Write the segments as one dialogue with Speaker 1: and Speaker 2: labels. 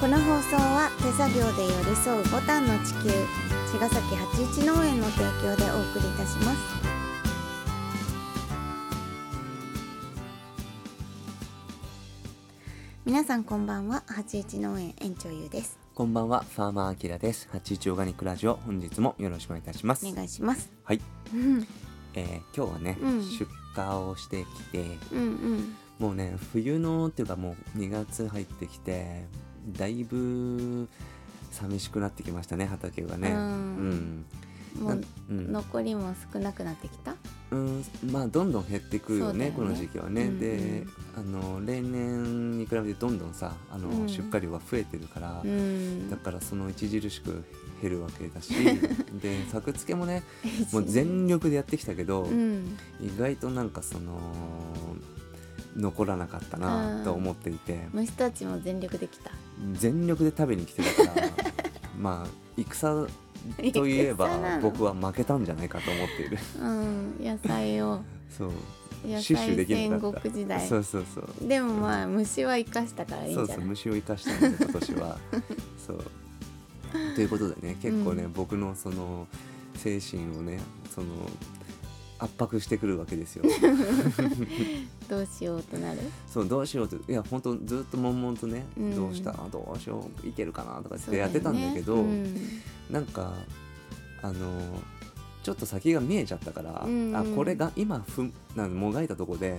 Speaker 1: 放送は手作業で寄り添うボタンの地球茅ヶ崎八一農園の提供でお送りいたします皆さんこんばんは八一農園園長ゆうです
Speaker 2: こんばんは、ファーマーアキラです。八一オーガニックラジオ、本日もよろしくお願いいたします。
Speaker 1: お願いします
Speaker 2: はい、
Speaker 1: うん
Speaker 2: えー今日はね、
Speaker 1: うん
Speaker 2: 出荷をしてきて、
Speaker 1: うん
Speaker 2: もうね、冬のっていうかもう2月入ってきて、だいぶ寂しくなってきましたね、畑がね。
Speaker 1: う
Speaker 2: うんん。
Speaker 1: うんも
Speaker 2: な
Speaker 1: う
Speaker 2: うん
Speaker 1: 残りも少なくなってきた
Speaker 2: うん、まあどんどん減ってくよ
Speaker 1: そうだ
Speaker 2: ね
Speaker 1: よね
Speaker 2: この時期はね、
Speaker 1: うんうん
Speaker 2: であの例年に比べてどんどんさあの、
Speaker 1: うん
Speaker 2: 出荷量が増えてるから、
Speaker 1: うん
Speaker 2: だからその著しく減るわけ だしで作付けもねもう全力でやってきたけど、
Speaker 1: うん
Speaker 2: 意外となんかその残らなかったなと思っていて、
Speaker 1: 虫たちも全力できた
Speaker 2: 全力で食べに来てた からまあ戦とい
Speaker 1: 戦
Speaker 2: え
Speaker 1: な
Speaker 2: ば
Speaker 1: の
Speaker 2: 僕は負けたんじゃないかと思っている
Speaker 1: うん野菜 を
Speaker 2: そう
Speaker 1: 野
Speaker 2: 死守
Speaker 1: 菜
Speaker 2: できな
Speaker 1: 戦
Speaker 2: かった
Speaker 1: 国時代
Speaker 2: そうそうそう
Speaker 1: でもまあ虫は生かしたからいい
Speaker 2: そ
Speaker 1: ん
Speaker 2: う
Speaker 1: じゃ
Speaker 2: そう
Speaker 1: ない
Speaker 2: 虫を生かしたので今 年はそうということでね結構ね、
Speaker 1: うん
Speaker 2: 僕のその精神をねその圧迫してくるわ けですよ
Speaker 1: どうしようとなる
Speaker 2: そうどうしようっていや本当ずっと悶々とね、
Speaker 1: うん
Speaker 2: どうしたどうしよういけるかなとかっ
Speaker 1: そう
Speaker 2: てやってたんだけど
Speaker 1: よね
Speaker 2: なんかあのちょっと先が見えちゃったから、
Speaker 1: うん
Speaker 2: あこれが今ふんなんもがいたとこで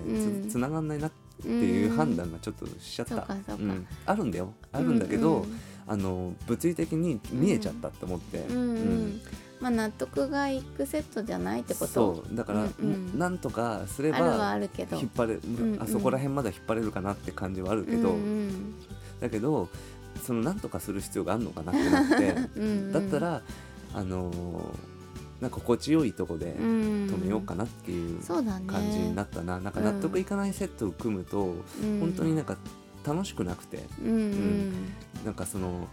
Speaker 2: つ,、
Speaker 1: うん
Speaker 2: ながんないなって
Speaker 1: うん
Speaker 2: いう判断がちょっとしちゃった、
Speaker 1: そうかそうか
Speaker 2: んあるんだよあるんだけど、
Speaker 1: うん
Speaker 2: あの物理的に見えちゃったって思って、
Speaker 1: うんうん
Speaker 2: う
Speaker 1: うん
Speaker 2: ん
Speaker 1: まあ納得がいくセットじゃないってこと
Speaker 2: そうだか
Speaker 1: う
Speaker 2: ら、
Speaker 1: んうん
Speaker 2: なんとかすれ
Speaker 1: あるは
Speaker 2: ば
Speaker 1: あるけど
Speaker 2: 引っ張れ、
Speaker 1: んうん
Speaker 2: あそこら辺まで引っ張れるかなって感じはあるけど、
Speaker 1: うん
Speaker 2: だけどそのなんとかする必要があるのかなってなって、
Speaker 1: うんうん
Speaker 2: だったらあのーなんか心地よいとこで
Speaker 1: うんうん
Speaker 2: 止めようかなっていう
Speaker 1: そうだね
Speaker 2: 感じになったな,、なんか納得いかないセットを組むと、
Speaker 1: うん
Speaker 2: 本当になんか楽しくなくて
Speaker 1: うんうん
Speaker 2: なんかその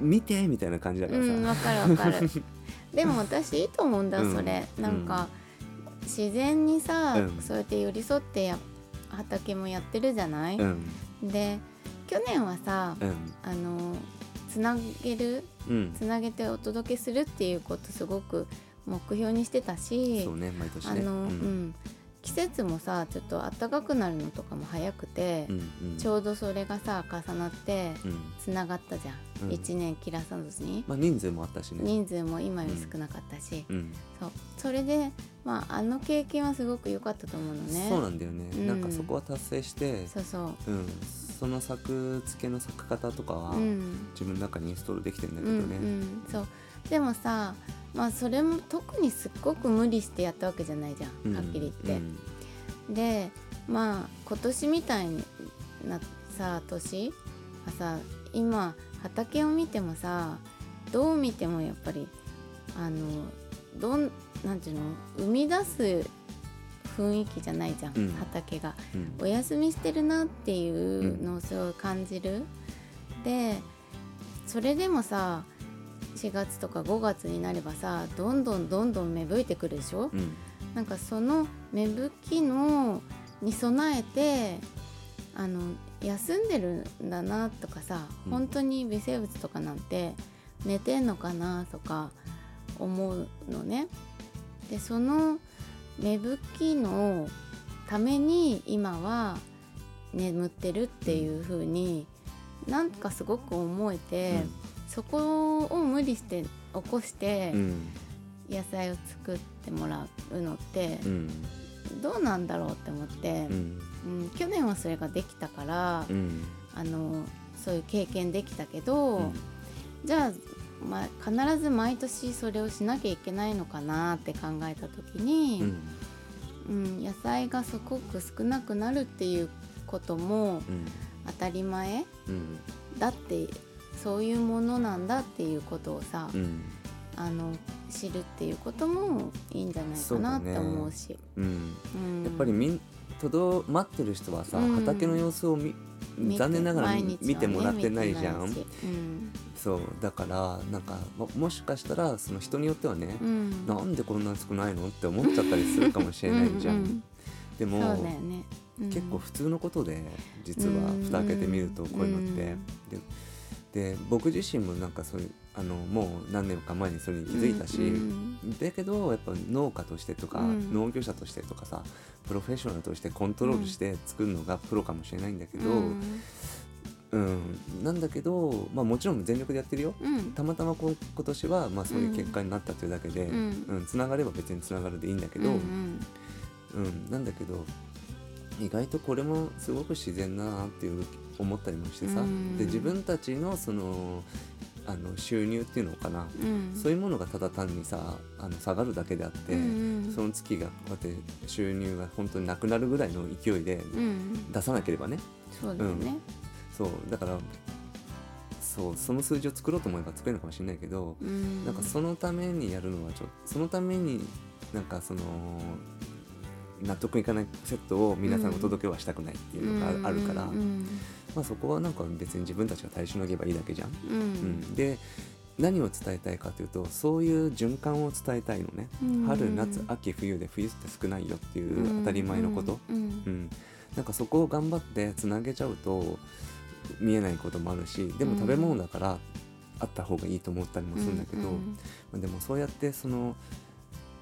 Speaker 2: 見てみたいな感じだから
Speaker 1: う
Speaker 2: さ、
Speaker 1: んわかるわかる でも私いいと思うんだ
Speaker 2: うん
Speaker 1: それ、なんか自然にさ、
Speaker 2: うん
Speaker 1: そうやって寄り添ってや畑もやってるじゃない、
Speaker 2: うん
Speaker 1: で去年はさ、
Speaker 2: うん
Speaker 1: あのつなげる
Speaker 2: うん
Speaker 1: つなげてお届けするっていうことすごく目標にしてたし
Speaker 2: そうね毎年ね
Speaker 1: あの、
Speaker 2: う
Speaker 1: うん
Speaker 2: ん
Speaker 1: 季節もさちょっと暖かくなるのとかも早くて、
Speaker 2: うんうん
Speaker 1: ちょうどそれがさ重なって
Speaker 2: うん
Speaker 1: つながったじゃん、
Speaker 2: うん
Speaker 1: 1年切らさずに、
Speaker 2: まあ人数もあったしね
Speaker 1: 人数も今より少なかったし、
Speaker 2: うん
Speaker 1: そうそれで、まあ、あの経験はすごく良かったと思うのね。
Speaker 2: そうなんだよ
Speaker 1: う
Speaker 2: ね
Speaker 1: ん
Speaker 2: なんかそこは達成して
Speaker 1: そうそう
Speaker 2: うんその作付けの作方とかは
Speaker 1: うん
Speaker 2: 自分の中にインストールできてんだ
Speaker 1: う
Speaker 2: け
Speaker 1: んう
Speaker 2: どね
Speaker 1: ん、そうでもさ、まあ、それも特にすっごく無理してやったわけじゃないじゃ
Speaker 2: うん
Speaker 1: んはっきり言って。でまあ今年みたいなさ年はさ今畑を見てもさどう見てもやっぱりあのどんなんていうの生み出す雰囲気じゃないじゃん、
Speaker 2: うん
Speaker 1: 畑が。
Speaker 2: うん
Speaker 1: お休みしてるなっていうのをすごい感じる、でそれでもさ4月とか5月になればさどんどんどんどん芽吹いてくるでしょ、
Speaker 2: うん
Speaker 1: なんかその芽吹きのに備えてあの休んでるんだなとかさ、
Speaker 2: うん
Speaker 1: 本当に微生物とかなんて寝てんのかなとか思うのね。でその芽吹きのために今は眠ってるっていう風になんかすごく思えて、そこを無理して起こして。
Speaker 2: うん
Speaker 1: 野菜を作ってもらうのって
Speaker 2: うん
Speaker 1: どうなんだろうって思って
Speaker 2: う、ん
Speaker 1: うん、去年はそれができたから、
Speaker 2: うん
Speaker 1: あのそういう経験できたけど、
Speaker 2: うん
Speaker 1: じゃあ、ま、必ず毎年それをしなきゃいけないのかなって考えた時
Speaker 2: う
Speaker 1: に、
Speaker 2: ん
Speaker 1: うん野菜がすごく少なくなるっていうことも
Speaker 2: うん
Speaker 1: 当たり前
Speaker 2: うん
Speaker 1: だってそういうものなんだっていうことをさ、
Speaker 2: うん
Speaker 1: あの知るっていうこともいいんじゃないかなって思うし。
Speaker 2: うん
Speaker 1: うん
Speaker 2: やっぱりみんとど待ってる人はさ
Speaker 1: うん
Speaker 2: 畑の様子をみ
Speaker 1: 見て
Speaker 2: 残念ながら
Speaker 1: 毎日はね
Speaker 2: 見てもらってないじゃん
Speaker 1: 見てないしうん
Speaker 2: そうだからなんかももしかしたらその人によってはね、
Speaker 1: うん
Speaker 2: なんでこんな少ないのって思っちゃったりするかもしれないじゃん。
Speaker 1: うんうん
Speaker 2: で
Speaker 1: そ
Speaker 2: も
Speaker 1: うだよねうん
Speaker 2: 結構普通のことで実は
Speaker 1: うん
Speaker 2: 蓋開けてみるとこういうのって、
Speaker 1: うん
Speaker 2: でで僕自身もなんかそういうあのもう何年か前にそれに気づいたし、
Speaker 1: うん
Speaker 2: だけどやっぱ農家としてとか、
Speaker 1: うん
Speaker 2: 農業者としてとかさプロフェッショナルとしてコントロールして作るのがプロかもしれないんだけど、
Speaker 1: うん
Speaker 2: うんなんだけど、まあ、もちろん全力でやってるよ
Speaker 1: うん
Speaker 2: たまたまこ今年はまあそういう結果になったというだけで、
Speaker 1: う
Speaker 2: うん
Speaker 1: ん
Speaker 2: つながれば別につながるでいいんだけど、
Speaker 1: う
Speaker 2: うんんなんだけど意外とこれもすごく自然だなっていう思ったりもしてさ、
Speaker 1: うん
Speaker 2: で自分たちのそのあの収入っていうのかな、
Speaker 1: うんうん
Speaker 2: そういうものがただ単にさあの下がるだけであって、
Speaker 1: うんうん
Speaker 2: その月がこうやって収入が本当になくなるぐらいの勢いで
Speaker 1: うん
Speaker 2: 出さなければね、
Speaker 1: そうだよね
Speaker 2: そうだからそうその数字を作ろうと思えば作れるのかもしれないけど、
Speaker 1: うん
Speaker 2: なんかそのためにやるのはちょっとそのためになんかその納得いかないセットを皆さんにお届けはしたくないっていうのがある,、から、
Speaker 1: うん
Speaker 2: まあ、そこはなんか別に自分たちが耐え忍げばいいだけじゃん。
Speaker 1: う
Speaker 2: うんん、で何を伝えたいかというとそういう循環を伝えたいのね、
Speaker 1: うん
Speaker 2: 春夏秋冬で冬って少ないよっていう当たり前のこと、
Speaker 1: うん
Speaker 2: うんなんかそこを頑張ってつなげちゃうと見えないこともあるしで
Speaker 1: う
Speaker 2: も
Speaker 1: ん
Speaker 2: 食べ物だからあった方がいいと思ったりもするんだけど、
Speaker 1: うん
Speaker 2: まあでもそうやってその、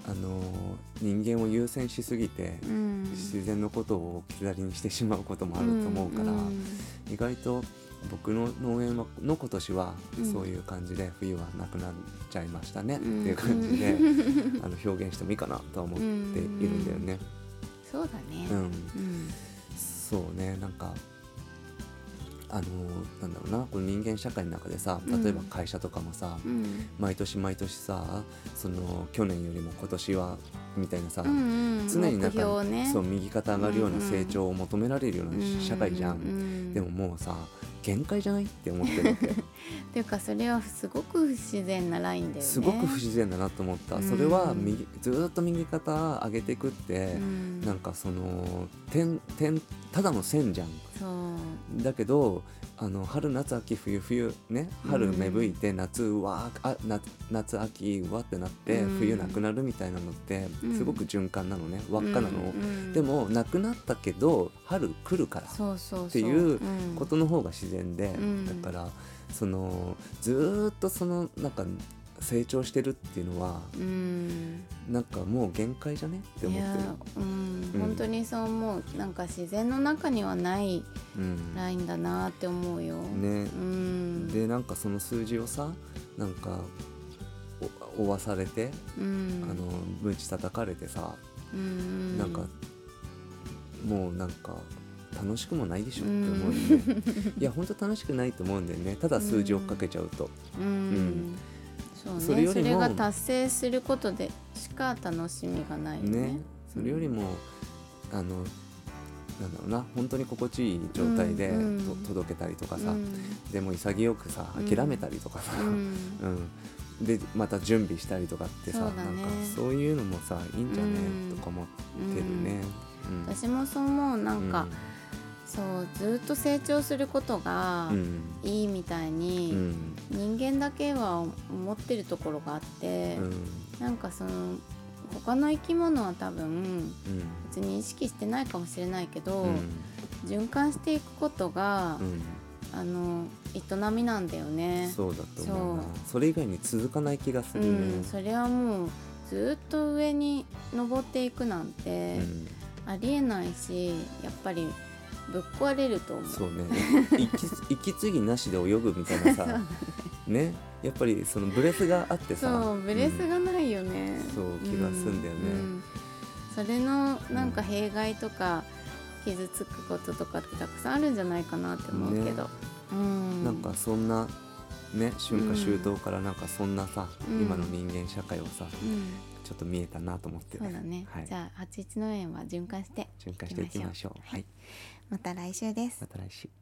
Speaker 2: あのー人間を優先しすぎて、
Speaker 1: うん
Speaker 2: 自然のことを置き去りにしてしまうこともあると思うから。
Speaker 1: ん
Speaker 2: 意外と僕の農園はの今年は
Speaker 1: うん
Speaker 2: そういう感じで冬はなくなっちゃいましたね、
Speaker 1: うん
Speaker 2: っていう感じ で、あの表現してもいいかなとは思っているんだよね。
Speaker 1: そうだね
Speaker 2: うん
Speaker 1: うん
Speaker 2: そうねなんかあのなんだろうなこの人間社会の中でさ例えば会社とかもさ、
Speaker 1: うん
Speaker 2: 毎年毎年さその去年よりも今年はみたいなさ、
Speaker 1: うんうん
Speaker 2: 常にな
Speaker 1: 目
Speaker 2: ん
Speaker 1: 標
Speaker 2: か、
Speaker 1: ね
Speaker 2: そう右肩上がるよう
Speaker 1: う
Speaker 2: なん
Speaker 1: うん
Speaker 2: 成長を求められるような社会じゃん。
Speaker 1: ううん
Speaker 2: でももうさ限界じゃないって思ってる わけ
Speaker 1: っていうかそれはすごく不自然なラインだよね
Speaker 2: すごく不自然だなと思った、
Speaker 1: うん
Speaker 2: それは右ずーっと右肩上げていくって、
Speaker 1: うん
Speaker 2: なんかその点点ただの線じゃん
Speaker 1: そう
Speaker 2: だけどあの春夏秋冬冬ね春
Speaker 1: うん
Speaker 2: 芽吹いて夏うわーあな夏秋うわってなって、
Speaker 1: うん
Speaker 2: 冬なくなるみたいなのって
Speaker 1: うん
Speaker 2: すごく循環なのね、輪っかなの、
Speaker 1: うんうん
Speaker 2: でもなくなったけど春来るから
Speaker 1: そうそうそう
Speaker 2: っていうこ
Speaker 1: うん
Speaker 2: との方が自然で、
Speaker 1: ん
Speaker 2: だからそのずーっとそのなんか成長してるっていうのは
Speaker 1: うん
Speaker 2: なんかもう限界じゃねって
Speaker 1: い
Speaker 2: 思
Speaker 1: や
Speaker 2: ってる、
Speaker 1: うん、
Speaker 2: うん
Speaker 1: 本当にそう思うなんか自然の中にはない
Speaker 2: うん
Speaker 1: ラインだなって思うよ、
Speaker 2: ね
Speaker 1: うん
Speaker 2: でなんかその数字をさなんかお追わされて、
Speaker 1: うん、
Speaker 2: あの無知叩かれてさ、
Speaker 1: うん
Speaker 2: なんかもうなんか楽しくもないでしょって思うよね、いや本当楽しくないと思うんだよねただ数字追っかけちゃうと、
Speaker 1: うん、
Speaker 2: ん
Speaker 1: そうねそ
Speaker 2: それ
Speaker 1: れ
Speaker 2: よりも
Speaker 1: が達成することでしか楽しみがないよね
Speaker 2: ね、それよりも、あのなんだろうな本当に心地いい状態でと、
Speaker 1: うんうん
Speaker 2: 届けたりとか
Speaker 1: う
Speaker 2: さ、
Speaker 1: ん
Speaker 2: でも潔くさ
Speaker 1: うん
Speaker 2: 諦めたりとかさ、
Speaker 1: うん
Speaker 2: うんでまた準備したりとかってさ、
Speaker 1: そうだ
Speaker 2: なん
Speaker 1: ね
Speaker 2: かそういうのもさいいんじゃね、
Speaker 1: うん
Speaker 2: とか思ってるね。うん
Speaker 1: 私もそう思うなんか、そうずっと成長することが
Speaker 2: うん
Speaker 1: いいみたい
Speaker 2: うんう
Speaker 1: に、
Speaker 2: ん
Speaker 1: 人間だけは思ってるところがあって、
Speaker 2: うん
Speaker 1: なんかその他の生き物は多分別に意識してないかもしれないけど、
Speaker 2: うん
Speaker 1: 循環していくことが
Speaker 2: う、ん
Speaker 1: あの営みなんだよね。
Speaker 2: そうだと思うなそれ以外に続かない気がするね。
Speaker 1: うん、それはもうずっと上に登っていくなんて
Speaker 2: うん
Speaker 1: ありえないし、やっぱりぶっ壊れると思う。
Speaker 2: そうね息 息継ぎなしで泳ぐみたいなさねやっぱりそのブレスがあってさ
Speaker 1: そうブレス
Speaker 2: うん
Speaker 1: がないよね、
Speaker 2: うんそう気がすんだよね
Speaker 1: んそれのなんか弊害とか傷つくこととかってたくさんあるんじゃないかなって思うけど、
Speaker 2: ね
Speaker 1: うん
Speaker 2: なんかそんなね春
Speaker 1: うん
Speaker 2: 夏秋冬からなんかそんなさ、
Speaker 1: うん
Speaker 2: 今の人間社会を
Speaker 1: う
Speaker 2: さ
Speaker 1: ん
Speaker 2: ちょっと見えたなと思って
Speaker 1: そうだね、
Speaker 2: はい
Speaker 1: じ、ゃあ八一農園は循環して
Speaker 2: 循環していきましょう
Speaker 1: いきましょう
Speaker 2: はい
Speaker 1: また来週です
Speaker 2: また来週